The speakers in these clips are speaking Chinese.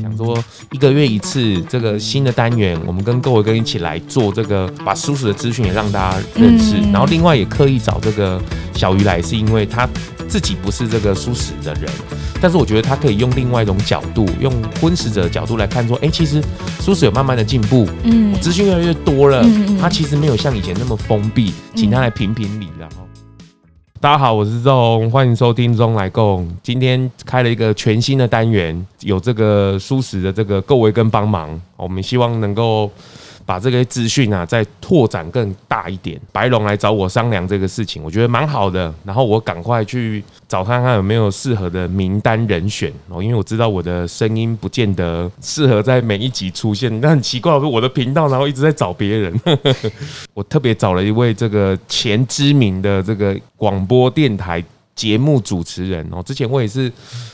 想说一个月一次这个新的单元，我们跟各位哥一起来做这个，把叔叔的资讯也让大家认识。嗯然后另外也刻意找这个小鱼来，是因为他自己不是这个素食的人，但是我觉得他可以用另外一种角度，用荤食者的角度来看说，哎、其实素食有慢慢的进步，嗯资讯越来越多了，嗯嗯嗯他其实没有像以前那么封闭，请他来评评理啦。哦大家好，我是钟，欢迎收听《钟来共》。今天开了一个全新的单元，有这个舒适的这个各位跟帮忙，我们希望能够把这个资讯啊再拓展更大一点。白龙来找我商量这个事情，我觉得蛮好的。然后我赶快去找看看有没有适合的名单人选哦，因为我知道我的声音不见得适合在每一集出现，那很奇怪，我的频道然后一直在找别人。我特别找了一位这个前知名的这个广播电台。节目主持人哦，之前我也是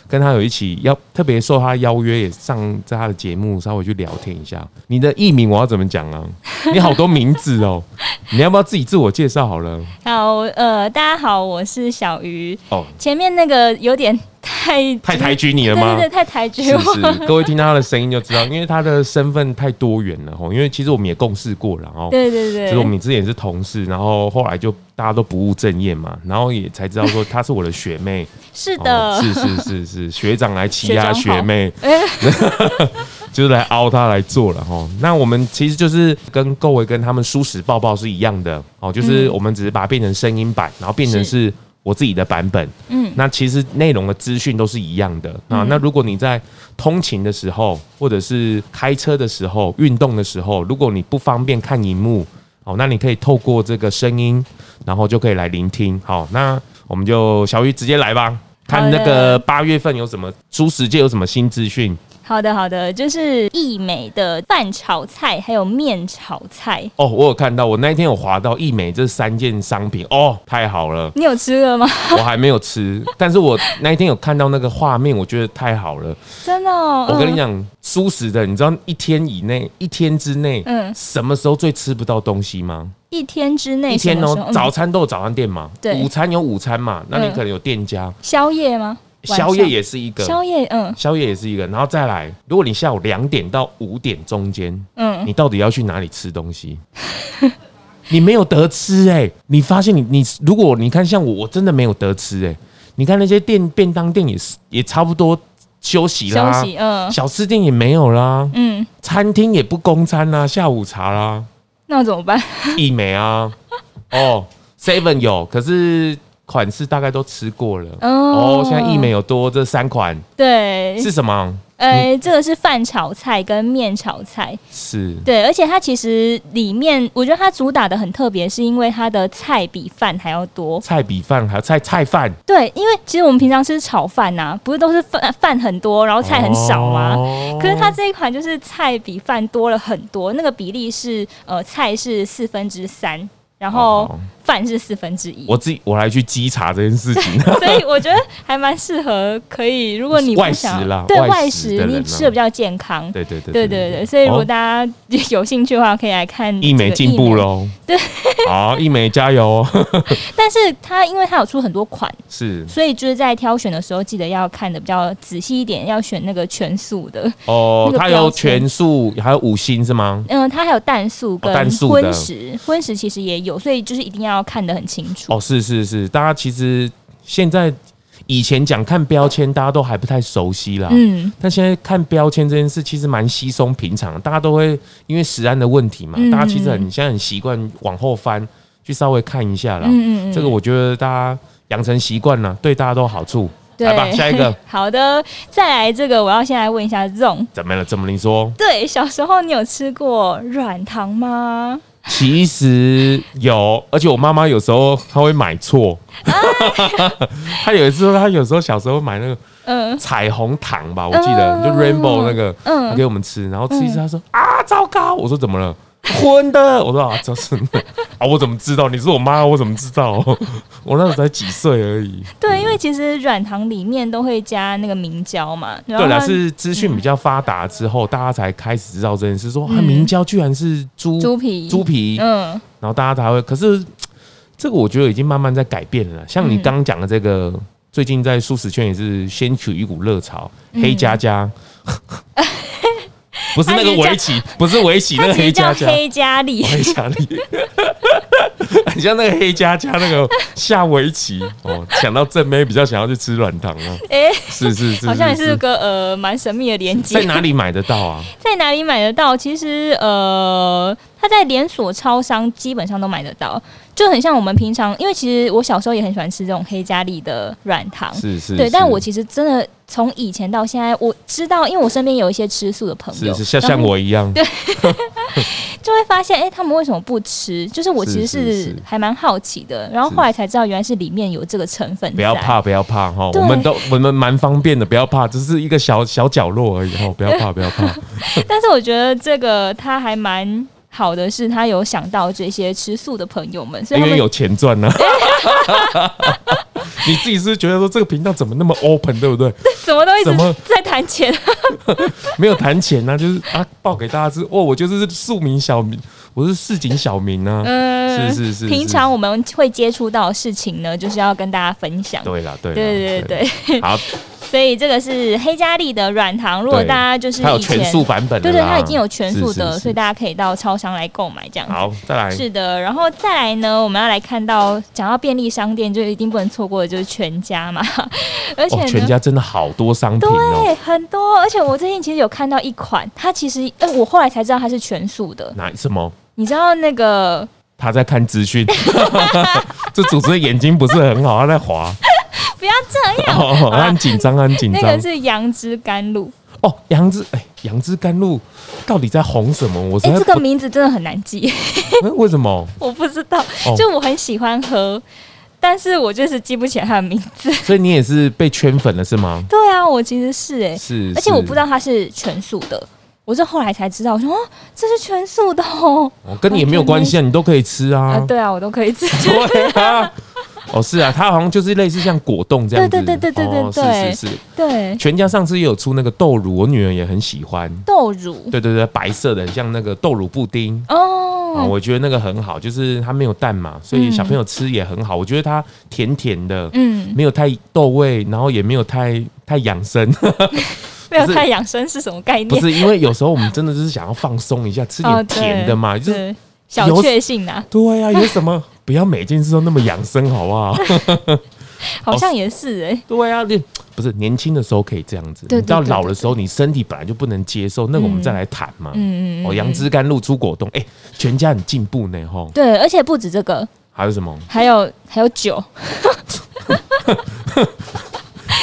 跟他有一起要特别受他邀约，也上在他的节目稍微去聊天一下。你的艺名我要怎么讲 啊？你好多名字哦，你要不要自己自我介绍好了？好，呃，大家好，我是小鱼。哦，前面那个有点太太抬举你了对吗？对对，太抬举是我。不是？各位听到他的声音就知道，因为他的身份太多元了哦吼。因为其实我们也共事过了，哦然后对对对，就是我们之前也是同事，然后后来就大家都不务正业嘛，然后也才知道说她是我的学妹，是的，哦，是是是是，学长来欺压学长好学妹，就是来凹她来做了吼。那我们其实就是跟各位跟他们舒适抱抱是一样的哦，就是我们只是把它变成声音版，然后变成嗯是是我自己的版本。嗯，那其实内容的资讯都是一样的啊。那如果你在通勤的时候，或者是开车的时候、运动的时候，如果你不方便看荧幕，哦，那你可以透过这个声音，然后就可以来聆听。好，那我们就小鱼直接来吧，看那个八月份有什么，舒适界有什么新资讯好的好的，就是意美的饭炒菜还有面炒菜，哦。我有看到，我那一天有划到益美这三件商品哦，太好了。你有吃了吗？ 我还没有吃， 但是我那一天有看到那个画面，我觉得太好了。真的、哦，我跟你嗯，讲，素食的，你知道一天以内、一天之内，嗯什么时候最吃不到东西吗？一天之内一天什么时哦，候嗯早餐都有早餐店嘛，对午餐有午餐嘛，那你嗯可能有店家，宵夜吗？晚上宵夜也是一个，宵夜，嗯宵夜也是一个，然后再来，如果你下午两点到五点中间，嗯，你到底要去哪里吃东西？ 你没有得吃哎、你发现你你如果你看像我，我真的没有得吃哎、你看那些店便当店也是也差不多休息啦，休息，嗯小吃店也没有啦，嗯，餐厅也不供餐啦、下午茶 啦、那我怎么办？一美啊，哦，seven 有，可是款式大概都吃过了。哦哦，现在一美有多这三款对，是嗯什么？呃，这个是饭炒菜跟面炒菜，是对，而且它其实里面，我觉得它主打的很特别，是因为它的菜比饭还要多。菜比饭，还有菜菜饭，对，因为其实我们平常吃炒饭呐、不是都是饭饭很多，然后菜很少吗？哦可是它这一款就是菜比饭多了很多，那个比例是呃菜是四分之三，然好后好饭是四分之一，哦我自己我来去稽查这件事 情。所以我觉得还蛮适合可以，如果你不外食想啦对外外食的食，人你啊吃的比较健康。对对对哦对对对，所以如果大家有兴趣的话，可以来看一美这个进步。喽，对，好，一美加油， 但是它因为它有出很多款，是所以就是在挑选的时候，记得要看的比较仔细一点，要选那个全素的。哦那，个它标有签全素，还有五星是吗？嗯，它还有蛋素跟哦蛋素的荤食，荤食其实也有，所以就是一定要看得很清楚。哦，是是是，大家其实现在以前讲看标签，大家都还不太熟悉啦。嗯，但现在看标签这件事其实蛮稀松平常的，大家都会因为食安的问题嘛，嗯大家其实很现在很习惯往后翻去稍微看一下啦。嗯嗯嗯这个我觉得大家养成习惯了，对大家都有好处。来吧，对。下一个 好的，再来这个，我要先来问一下 Zong。怎么了？怎么你说？对，小时候你有吃过软糖吗？其实有，而且我妈妈有时候她会买错。哎 她有一次，她有时候小时候买那个嗯，彩虹糖吧，我记得嗯就 rainbow 那个，嗯他给我们吃，然后吃一吃，他说啊，糟糕！我说怎么了？荤的，我说啊，这是啊，我怎么知道？你是我妈，我怎么知 道？我那时候才几岁而已。对，因为其实软糖里面都会加那个明胶嘛，对然后啦，它是资讯比较发达之后，大家才开始知道这件事，说啊，嗯明胶居然是猪猪皮，猪皮，嗯，然后大家才会。可是这个我觉得已经慢慢在改变了啦，像你嗯刚刚讲的这个最近在素食圈也是掀起一股热潮，嗯黑加加， 不是那个围棋，不是围棋那它个其实黑叫加加，黑 加力，黑加力，很像那个黑加加那个下围棋哦。想到正妹比较想要去吃软糖啊，哎、是是是，好像也是个呃蛮神秘的连接。在哪里买得到啊？在哪里买得到？其实呃，它在连锁超商基本上都买得到，就很像我们平常，因为其实我小时候也很喜欢吃这种黑加力的软糖。是是，对，是但我其实真的从以前到现在，我知道，因为我身边有一些吃素的朋友，是是像然后像我一样，就会发现，哎、他们为什么不吃？就是我是其实是是是还蛮好奇的，然后是后来才知道，原来是里面有这个成分。不要，怕，不要怕哈，对我们都我们蛮方便的，不要怕，只是一个小小角落而已 哈，不要怕，不要怕， 但是我觉得这个他还蛮好的，是他有想到这些吃素的朋友们，所以因他为们有钱赚 呢、你自己是不是觉得说这个频道怎么那么 open，对不 对？怎么都一直怎么在谈钱。啊没有谈钱呢、就是啊，报给大家知哦，我就是庶民小民，我是市井小民啊。嗯，是是是平常我们会接触到的事情呢，就是要跟大家分享。对啦，对啦，对对对， 对，好，所以这个是黑加力的软糖，如果对大家就是它有以全前素版本的对啦，对，它已经有全是素是的，是所以大家可以到超商来购买这样子。好，再来是的，然后再来呢，我们要来看到讲到便利商店，就一定不能错过的就是全家嘛， 而且哦，呢。全家真的好多商品哦，对，很多，而且我最近其实有看到一款，它其实，哎、我后来才知道它是全素的。哪什么？你知道那个他在看资讯， 这主持人眼睛不是很好，他在 滑，不要这样，哦，他很紧张，他很紧那张个。是杨枝甘露，哦，杨枝，哎，杨枝甘露到底在红什么？我实哎、在这个不，名字真的很难记， 嗯为什么？我不知道哦，就我很喜欢喝，但是我就是记不起来它的名字。 所以你也是被圈粉了是吗？对啊，我其实是哎、是，而且我不知道，道它是全素的，我是后来才知道，我说哦，这是全素的哦。哦跟你也没有关系啊，你都可以吃啊，啊。对啊，我都可以吃。 对啊，哦，是啊，它好像就是类似像果冻这样子。对对对对对哦对是是是。 对，全家上次也有出那个豆乳，我女儿也很喜欢。豆乳对对对，白色的，很像那个豆乳布丁。啊，哦，我觉得那个很好，就是它没有蛋嘛，所以小朋友吃也很好。我觉得它甜甜的，嗯，没有太豆味，然后也没有太太养生。哦没有不是太养生是什么概 不念？是因为有时候我们真的就是想要放松一下，吃哦点对甜的嘛，就是对，小有确幸啊，对呀、有什么不要每件事都那么养生，好不好？ 好像也是哎、对呀、你不是年轻的时候可以这样子，对对你到对对老的时候，你身体本来就不能接受，那个我们再来谈嘛。嗯嗯嗯哦，杨枝甘露出果冻，哎、全家很进步呢，吼。对，而且不止这个，还有什么？还有还有酒，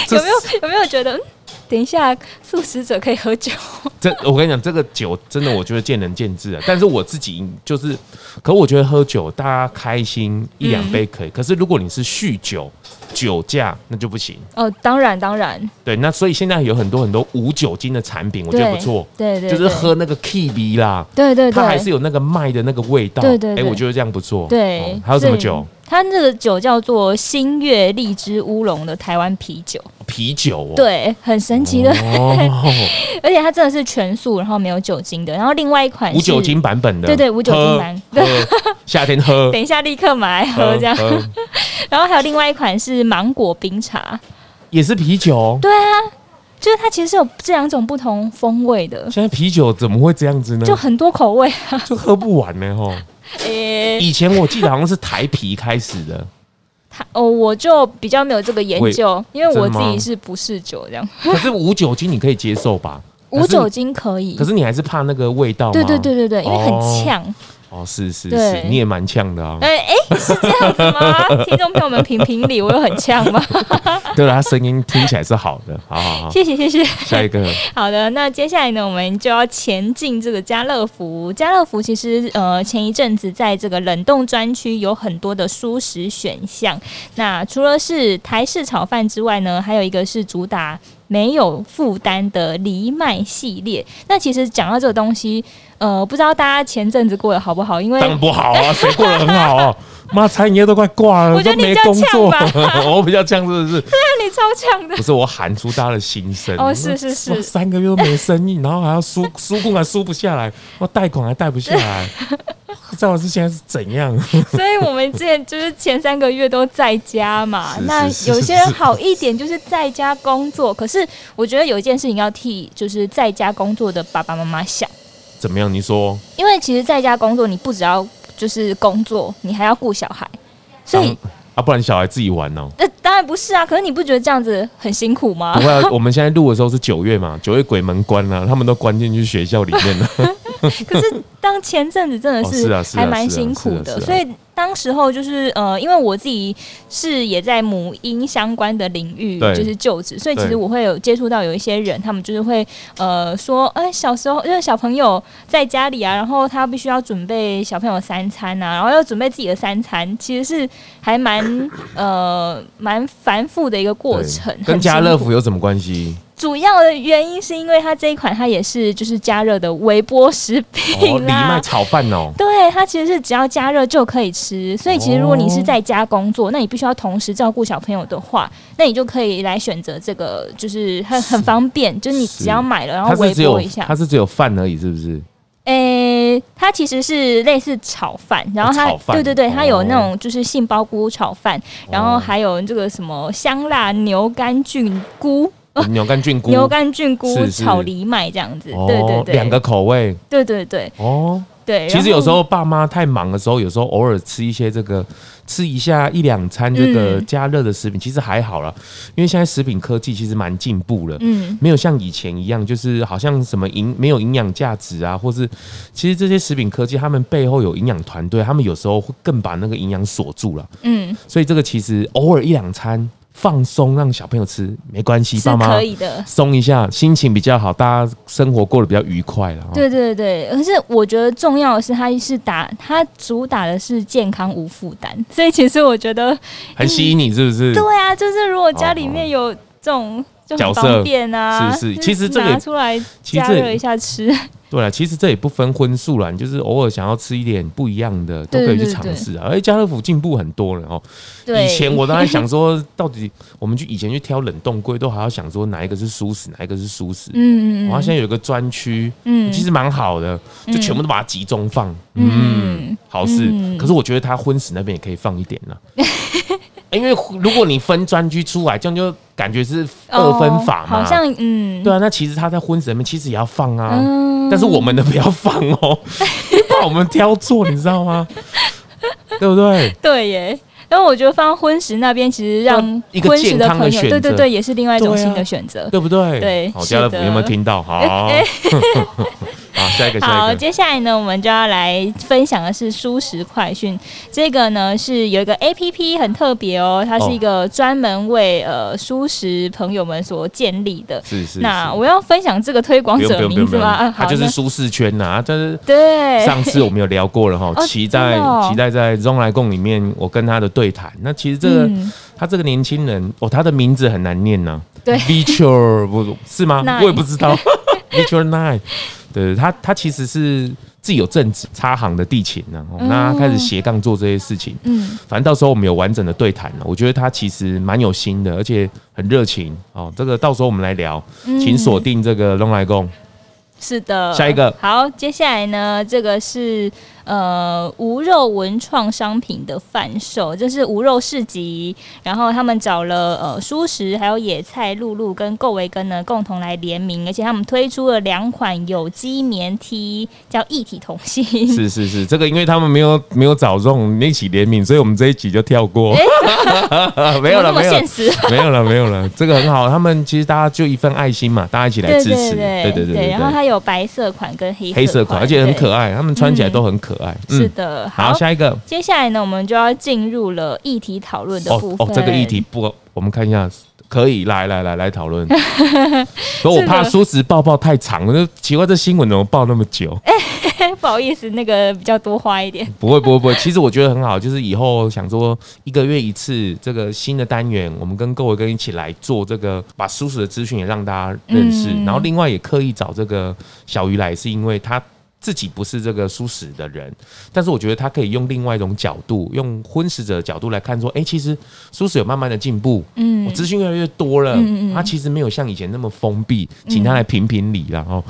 这有没有有没有觉得？嗯等一下，素食者可以喝酒，这我跟你讲，这个酒真的我觉得见仁见智啊。但是我自己就是，可我觉得喝酒大家开心一两杯嗯可以，可是如果你是酗酒、酒驾，那就不行。 哦，当然当然，对，那所以现在有很多很多无酒精的产品，我觉得不错，对对，就是对，喝那个 K B 啦，对对对，它还是有那个麦的那个味道。对对对哎，我觉得这样不错。对、哦还有什么所以酒？？它那个酒叫做新月荔枝乌龙的台湾啤酒，啤酒哦。对，很神奇的， 哦，而且它真的是全素，然后没有酒精的。然后另外一款是无酒，精版本的。对对无酒精版喝。喝夏天喝。等一下立刻买来嗯喝这样。然后还有另外一款是芒果冰茶，也是啤酒。哦对啊，就是它其实是有这两种不同风味的，现在啤酒怎么会这样子呢？就很多口味。就喝不完呢 吼。诶、以前我记得好像是台啤开始的， 它哦，我就比较没有这个研究，因为我真自的吗己是不嗜酒这样，可是无酒精你可以接受吧？无酒可是，精可以可。是你还是怕那个味道吗？对对对对对，因为很哦呛。哦，是是是对，你也蛮呛的 啊。哎、哎、是这样子 吗？听众朋友们评评理，我有很呛吗？ 对了，他声音听起来是好的，好好好。谢谢谢谢。下一个好的，那接下来呢，我们就要前进这个家乐福。家乐福其实呃前一阵子在这个冷冻专区有很多的蔬食选项，那除了是台式炒饭之外呢，还有一个是主打。没有负担的藜麦系列，那其实讲到这个东西，呃，不知道大家前阵子过得好不好？因为当然不好啊，谁过得很好啊？ 妈，餐饮业都快挂了，我觉都得你没比较工作 呛。我比较呛，是不是？你超强的不，是我喊出大家的心声。哦是是是哇三 个月都没生意，然后还要输输供还输不下来，我贷款还贷不下来， 知道是现在是怎样。 所以我们之前就是前三个月都在家嘛。是是那是有是些人好一点，就是在家工作。可是我觉得有一件事情要替就是在家工作的爸爸妈妈想，怎么样？你说，因为其实在家工作，你不只要就是工作，你还要顾小孩，所以。当啊，不然小孩自己玩哦。那、当然不是啊，可是你不觉得这样子很辛苦吗不？会、啊，我们现在录的时候是九月嘛，九月鬼门关啊了、他们都关进去学校里面了。可是当前阵子真的哦是啊是啊还蛮是啊辛苦是啊的，是啊所以当时候就是呃，因为我自己是也在母婴相关的领域对就是就职，所以其实对我会有接触到有一些人，他们就是会呃说，哎、小时候因为小朋友在家里啊，然后他必须要准备小朋友三餐啊，然后要准备自己的三餐，其实是还蛮 呃蛮繁复的一个 过对程，跟很家乐辛苦福有什么关系？主要的原因是因为它这一款它也是就是加热的微波食哦，品藜啦。麦炒饭哦。对，它其实是只要加热就可以吃，所以其实如果你是在家工作，那你必须要同时照顾小朋友的话，那你就可以来选择这个，就是很很方便，就是你是只要买了然后它微是只有波一下它。是只有饭而已，是不是？诶、它其实是类似炒饭，然后它哦炒饭对对对，它有那哦种就是杏鲍菇炒饭，然后还有这个什么香辣牛肝菌菇，牛肝菌菇，哦牛肝菌菇是是炒藜麦这样子，哦对对对，两个口味对对对哦。对。其实然后有时候爸妈太忙的时候，有时候偶尔吃一些这个，吃一下一两餐这个嗯加热的食品，其实还好啦，因为现在食品科技其实蛮进步了。嗯，没有像以前一样，就是好像什么营没有营养价值啊，或是其实这些食品科技，他们背后有营养团队，他们有时候会更把那个营养锁住了。嗯所以这个其实偶尔一两餐放松，让小朋友吃没关系，是爸妈可以的。松一下，心情比较好，大家生活过得比较愉快了。哦，对对对，可是我觉得重要的是，它是打它主打的是健康无负担，所以其实我觉得，很吸引你是不是？对啊，就是如果家里面有这种就角很色方便啊，是是就其实这个拿出来其实加这热一也下吃，对了，其实这也不分荤素啦，你就是偶尔想要吃一点不一样的，都对可以去对尝对试啊。而且家乐福进步很多了哦。对，以前我当然想 说，到底我们去以前去挑冷冻柜，都还要想说哪一个是熟食，哪一个是熟食。嗯嗯嗯，然后现在有一个专区，嗯其实蛮好的，就全部都把它集中放，嗯，嗯好事。嗯可是我觉得它荤食那边也可以放一点 呢、因为如果你分专区出来，这样就感觉是 二分法哦嘛。好像嗯对啊，那其实它在荤食那边其实也要放啊，嗯但是我们的不要放哦， 因为怕我们挑错，你知道吗？对不对？对耶。然后我觉得放到荤食那边，其实让让啊一个荤食的健康的朋友，选对对择对，也是另外一种对啊新的选择。对不对？对好，是家乐福的有没有听到？好， 好，下一个，下好，一个，接下来呢，我们就要来分享的是舒适快讯。这个呢是有一个 A P P 很特别哦，它是一个专门为、呃舒适朋友们所建立的。是是。那是我要分享这个推广不用者不用不名用不字用吗？啊，，它好，就是那舒适圈呐，啊但是。对，上次我们有聊过了哈，哦期待真的哦期待在《中来共》里面我跟他的对谈。那其实这个嗯他这个年轻人哦，他的名字很难念呢。对 v i t u r 不是吗？ Nine 我也不知 道 v i t u r Nine。对他，他其实是自己有正职插行的地勤呢、哦，那他开始斜杠做这些事情。嗯反正到时候我们有完整的对谈了，我觉得他其实蛮有心的，而且很热情哦。这个到时候我们来聊，嗯请锁定这个龙来共。是的，下一个好，接下来呢，这个是呃无肉文创商品的贩售，这是无肉市集，然后他们找了呃蔬食还有野菜露露跟够维根呢共同来联名，而且他们推出了两款有机棉 T，叫一体同心。 是是是，这个因为他们没有没有找中我们一起联名，所以我们这一集就跳过。 没有了，怎么没有这么了现。实。没有了，没有了，这个很好。他们其实大家就一份爱心嘛，大家一起来对支对持。哎对对对对然后它有白色款跟黑黑色款，款，而且很对。可爱，他们穿起来都很可爱。嗯是，的，好，好。下一个接下来呢，我们就要进入了议题讨论的哦部分。哦，这个议题不，我们看一下，可以来来来来讨 论。可我怕舒适抱抱太长了，就奇怪这新闻怎么报那么久？ 不好意思，那个比较多花一点。 不会不会不会，其实我觉得很好，就是以后想说一个月一次这个新的单元，我们跟各位跟一起来做这个，把舒适的资讯也让大家认识，嗯然后另外也刻意找这个小鱼来，是因为他自己不是这个素食的人，但是我觉得他可以用另外一种角度，用荤食者的角度来看，说，哎、其实素食有慢慢的进步，嗯我资讯越来越多了，嗯嗯嗯嗯他其实没有像以前那么封闭，请他来评评理啦，哦，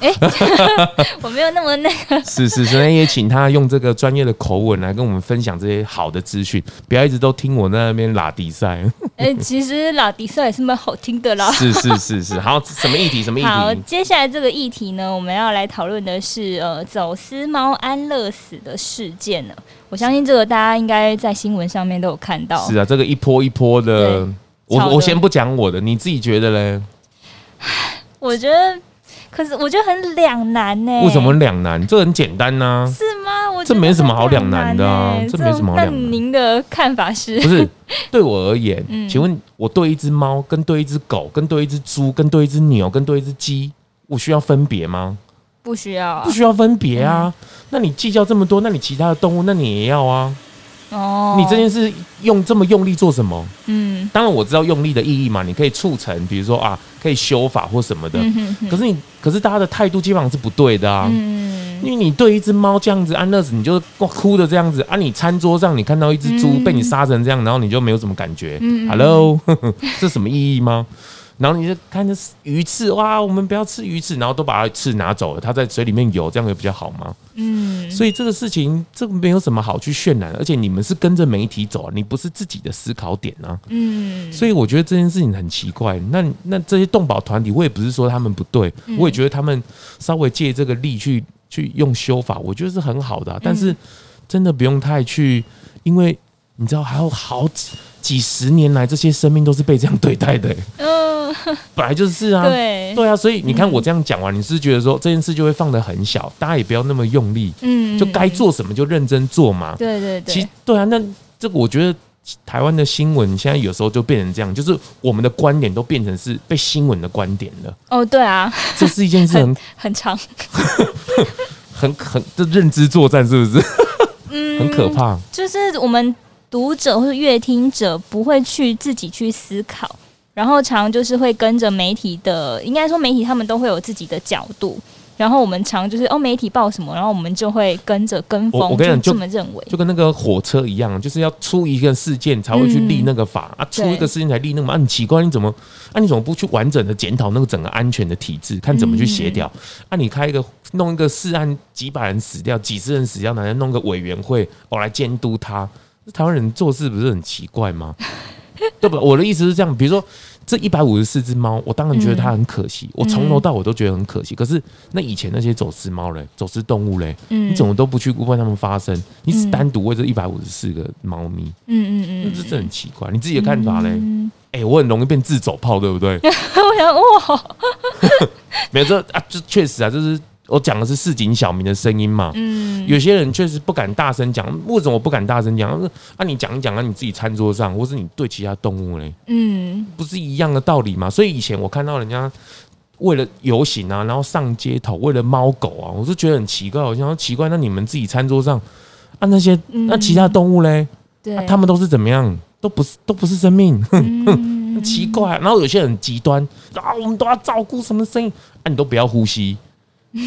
我没有那么那个， 是是是，那也请他用这个专业的口吻来跟我们分享这些好的资讯，不要一直都听我在那边拉迪赛，呃，其实老迪色也是蛮好听的 啦。是是是是，好，什么议题什 么议 好，题？接下来这个议题呢，我们要来讨论的是呃走私猫安乐死的事件呢。我相信这个大家应该在新闻上面都有看到。是啊，这个一波一波的对，炒我的我先不讲我的，你自己觉得嘞？我觉得，可是我觉得很两难呢、为什么？两难？这很简单呐、是吗？我觉这得没什么好两难的啊很两难欸这没什么好那两难您的看法是？不是对我而言，嗯请问我对一只猫、跟对一只狗、跟对一只猪、跟对一只牛、跟对一只鸡，我需要分别吗？不需要啊不。需要分别啊。那你计较这么多，那你其他的动物，那你也要啊。哦，你这件事用这么用力做什么？嗯当然我知道用力的意义嘛，你可以促成，比如说啊，可以修法或什么的。嗯哼哼可是你，可是大家的态度基本上是不对的啊。嗯因为你对一只猫这样子安乐死，你就哭的这样子啊！你餐桌上你看到一只猪嗯被你杀成这样，然后你就没有什么感觉。嗯嗯 Hello，呵 呵这什么意义吗？然后你就看着鱼翅，哇，我们不要吃鱼翅，然后都把它翅拿走了，它在水里面游，这样也比较好吗？嗯，所以这个事情，这个没有什么好去渲染，而且你们是跟着媒体走啊，你不是自己的思考点啊。嗯所以我觉得这件事情很奇怪。那那这些动保团体，我也不是说他们不对，嗯我也觉得他们稍微借这个力去去用修法，我觉得是很好嗯的啊、但是真的不用太去，因为你知道，还有好几几十年来，这些生命都是被这样对待的、 嗯，本来就是啊。对，嗯对啊，所以你看我这样讲完，啊你是不是觉得说这件事就会放得很小，大家也不要那么用力，嗯，就该做什么就认真做嘛。对对其实对，对啊，那这个我觉得台湾的新闻现在有时候就变成这样，就是我们的观点都变成是被新闻的观点了，哦，对啊， 这是一件事很很长，很很这认知作战是 不是嗯，很可，怕？就是我们读者或者乐听者不会去自己去思考。然后常就是会跟着媒体的，应该说媒体他们都会有自己的角度，然后我们常就是哦媒体报什么，然后我们就会跟着跟我风，我跟你讲就就这么认为，就跟那个火车一样，就是要出一个事件才会去立那个法、啊，出嗯对一个事件才立那个嘛，啊很奇怪，你怎么啊？你怎么不去完整的检讨那个整个安全的体制，看怎么去协调？嗯啊，你开一个弄一个事案，几百人死掉，几十人死掉，然后弄个委员会哦来监督他，台湾人做事不是很奇怪吗？ 对吧？我的意思是这样，比如说这一百五十四只猫，我当然觉得它很可惜，嗯我从头到尾都觉得很可惜。可是那以前那些走私猫嘞，走私动物嘞，嗯你怎么都不去为它们发声？你只嗯单独为这一百五十四个猫咪，嗯那嗯嗯，这这很奇怪。你自己的看法嘞？嗯，哎、我很容易变自走炮，对不对？我想哇，没有这啊，这确实啊，就是我讲的是市井小民的声音嘛。嗯，有些人确实不敢大声讲，为什么不敢大声讲？啊，你讲一讲啊，你自己餐桌上，或是你对其他动物嘞，嗯不是一样的道理吗？所以以前我看到人家为了游行啊，然后上街头，为了猫狗啊，我就觉得很奇怪。我想说奇怪，那你们自己餐桌上啊那些嗯那其他动物嘞，对啊，他们都是怎么样？都不是都不是生命，们 很奇怪、啊然后有些人很极端啊，我们都要照顾什么生意啊，你都不要呼吸。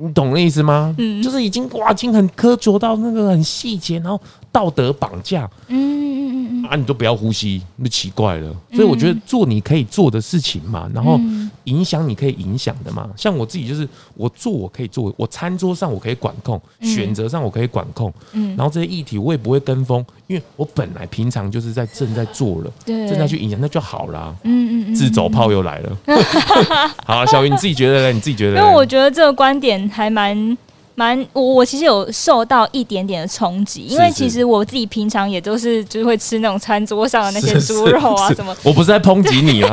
你懂那意思吗？嗯就是已经哇，已经很苛求到那个很细节，然后道德绑架，嗯嗯嗯嗯，啊，你都不要呼吸，那奇怪了。所以我觉得做你可以做的事情嘛，然后嗯影响你可以影响的嘛。像我自己就是，我做我可以做，我餐桌上我可以管控，嗯选择上我可以管控，嗯然后这些议题我也不会跟风，因为我本来平常就是在正在做了，对，正在去影响，那就好啦。嗯嗯嗯，自走炮又来 了，好啊，小云你自己觉得嘞？你自己觉得嘞？因为我觉得这个观点还蛮蛮，我我其实有受到一点点的冲击，因为是是其实我自己平常也都是就是会吃那种餐桌上的那些是猪肉啊是什么。我不是在抨击你啊，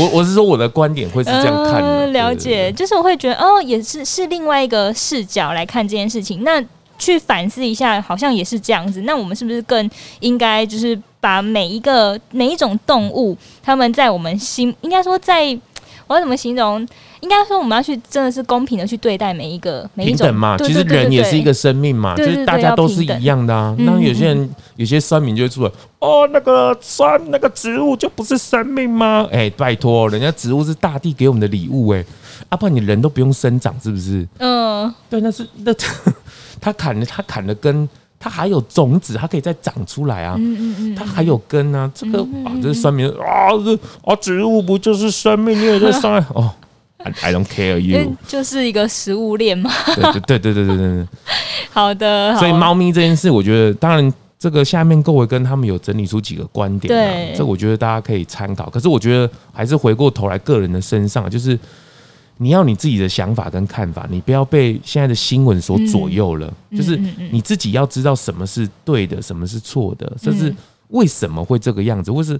我我是说我的观点会是这样看的嗯，了对对对解，就是我会觉得哦，也是是另外一个视角来看这件事情。那去反思一下，好像也是这样子。那我们是不是更应该就是把每一个每一种动物，他们在我们心，应该说在我要怎么形容？应该说我们要去真的是公平的去对待每一个每一平种等嘛，对其实对对对人也是一个对生命嘛，对对就对是大家都是一样的啊。要平那等嗯有些人、有些酸民就会出来，哦，那个酸那个植物就不是生命吗？哎、拜托，人家植物是大地给我们的礼物、哎，啊，不然你人都不用生长，是不是？嗯对，那是那 他砍了，他砍了根，他还有种子，它可以再长出来啊。嗯嗯嗯，它还有根啊，这个啊，这是酸民啊，这啊，植物不就是生命？你也在伤害哦。I I don't care 因 you 为。就是一个食物链嘛。对对对对对对对。好的，好嗯啊所以猫咪这件事，我觉得当然这个下面各位跟他们有整理出几个观点、啊对，这我觉得大家可以参考。可是我觉得还是回过头来个人的身上，就是你要你自己的想法跟看法，你不要被现在的新闻所左右了。就是嗯嗯你自己要知道什么是对的，什么是错的，甚至嗯为什么会这个样子，或是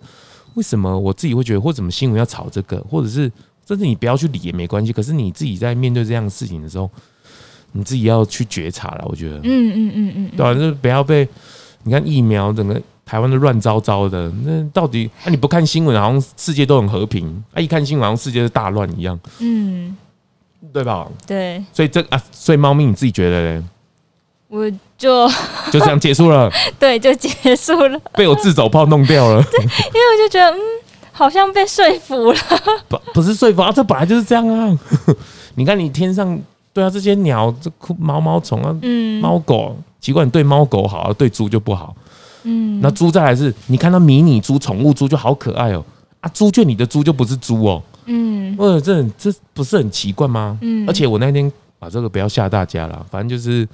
为什么我自己会觉得，或怎么新闻要炒这个，或者是甚至你不要去理也没关系。可是你自己在面对这样的事情的时候，你自己要去觉察了。我觉得，嗯嗯嗯嗯嗯，对啊，就是不要被你看疫苗整个台湾都乱糟糟的，那到底啊你不看新闻，好像世界都很和平，啊一看新闻好像世界是大乱一样，嗯对吧？对，所以这啊，所以猫咪你自己觉得嘞，我就 就这样结束了，对就结束了，被我自走炮弄掉 了，因为我就觉得嗯，好像被说服了。不不是说服啊，这本来就是这样啊。 你看你天上对啊，这些鸟这哭毛毛虫啊，嗯，猫狗。奇怪，你对猫狗好、啊，对猪就不好。嗯那猪再来是，你看到迷你猪、宠物猪就好可爱哦。啊，猪圈里的猪就不是猪哦。嗯呃，这很这不是很奇怪吗？嗯而且我那天把、啊、这个不要吓大家啦，反正就是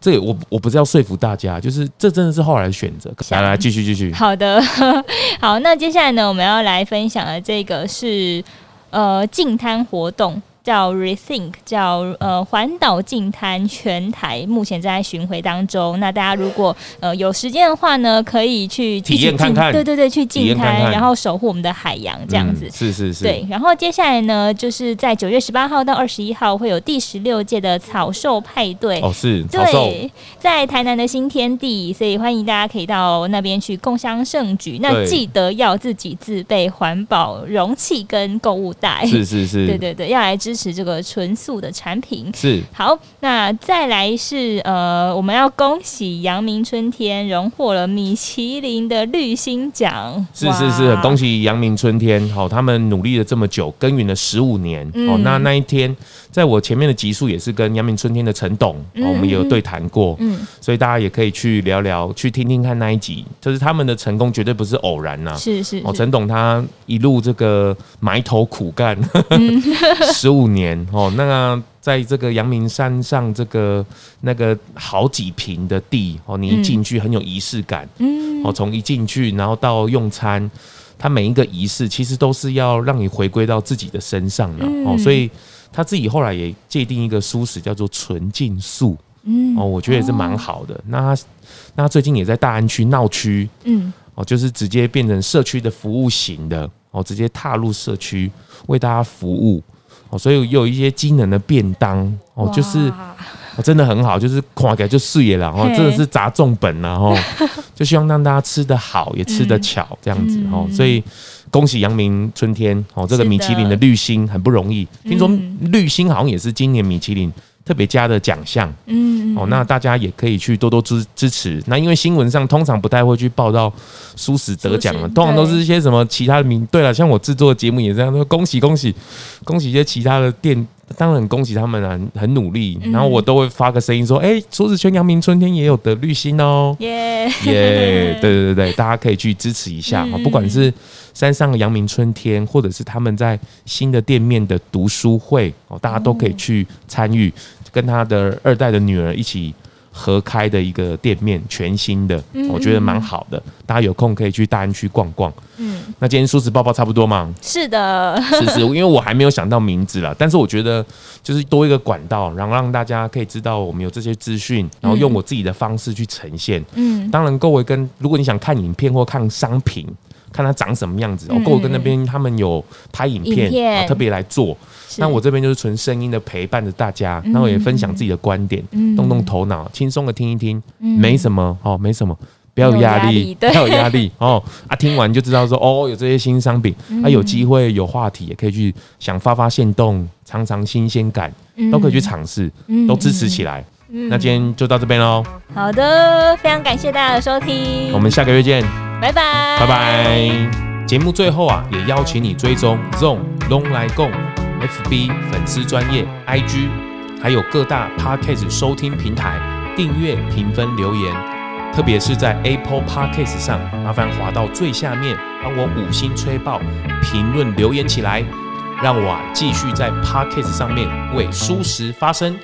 这个我我不是要说服大家，就是这真的是后来的选择。想来来，继续继续。好的， 好，那接下来呢，我们要来分享的这个是呃净滩活动。叫 Rethink，叫呃环岛净滩全台，目前正在巡回当中。那大家如果呃有时间的话呢，可以去体一起验看进看对对对，去体净验看滩，看然后守护我们的海洋，这样子。嗯是是是，对，然后接下来呢，就是在九月十八号到二十一号会有第十六届的草兽派对。哦是草兽，对，在台南的新天地，所以欢迎大家可以到那边去共襄盛举。那对记得要自己自备环保容器跟购物袋，是是是，对对对，要来支持这个纯素的产品。是好，那再来是呃，我们要恭喜阳明春天荣获了米其林的绿星奖，是是是，很恭喜，喜阳明春天，好、他们努力了这么久，耕耘了十五年，嗯哦，那那一天，在我前面的集数也是跟阳明春天的陈董，嗯哦、我们也有对谈过，嗯所以大家也可以去聊聊，去听听看那一集，就是他们的成功绝对不是偶然呐、是是哦，是陈董他一路这个埋头苦干，嗯 十五年哦。那在这个阳明山上，这个那个好几平的地哦，你一进去很有仪式感，嗯，哦，从一进去然后到用餐，他每一个仪式其实都是要让你回归到自己的身上了、哦，嗯所以。他自己后来也界定一个素食叫做纯净素，嗯，哦，我觉得也是蛮好的。那他那他最近也在大安区闹区，嗯哦，就是直接变成社区的服务型的哦，直接踏入社区为大家服务哦，所以也有一些机能的便当哦，就是、哇哦真的很好，就是看起来就视野了哦，嘿真的是砸重本了 哦，就希望让大家吃得好，也吃得巧、这样子哦，所以。恭喜阳明春天哦，这个嗯是米其林的的绿星很不容易，听说嗯绿星好像也是今年米其林特别加的奖项。嗯哦，那大家也可以去多多支支持。那因为新闻上通常不太会去报道舒适得奖舒了，适通常都是一些什么其他的名。对了，像我制作的节目也这样，说恭喜恭喜恭喜一些其他的店，当然很恭喜他们啊，很很努力。嗯然后我都会发个声音说：“哎、舒适圈阳明春天也有得绿星哦。”嗯耶， 耶、对对对对，大家可以去支持一下哈、嗯不管是山上的阳明春天，或者是他们在新的店面的读书会哦，大家都可以去参与，跟他的二代的女儿一起合开的一个店面，全新的，嗯我觉得蛮好的。大家有空可以去大安区逛逛。嗯，那今天舒适报报差不多嘛，是的，是 是，因为我还没有想到名字啦，但是我觉得就是多一个管道，然后让大家可以知道我们有这些资讯，然后用我自己的方式去呈现。嗯当然，各位跟如果你想看影片或看商品，看它长什么样子，哦嗯，各位跟那边他们有拍影影片，片啊特别来做。是那我这边就是纯声音的陪伴着大家，嗯然后也分享自己的观点，嗯动动头脑，轻松的听一听，嗯没什么哦，没什么。不要有压没有压力力，对不要有压力哦。啊，听完就知道说哦，有这些新商品，嗯啊，有机会有话题也可以去想发发现动，尝尝新鲜感，都可以去尝试，嗯都支持起来。嗯那今天就到这边喽，好的，非常感谢大家的收听，我们下个月见，拜拜，拜。拜。节目最后啊，也邀请你追踪 Zone Long 来共 FB 粉丝专业 IG，还有各大 Podcast 收听平台订阅、评分、留言，特别是在 Apple Podcast 上，麻烦滑到最下面，帮我五星吹爆，评论留言起来，让我啊继续在 Podcast 上面为舒适发声。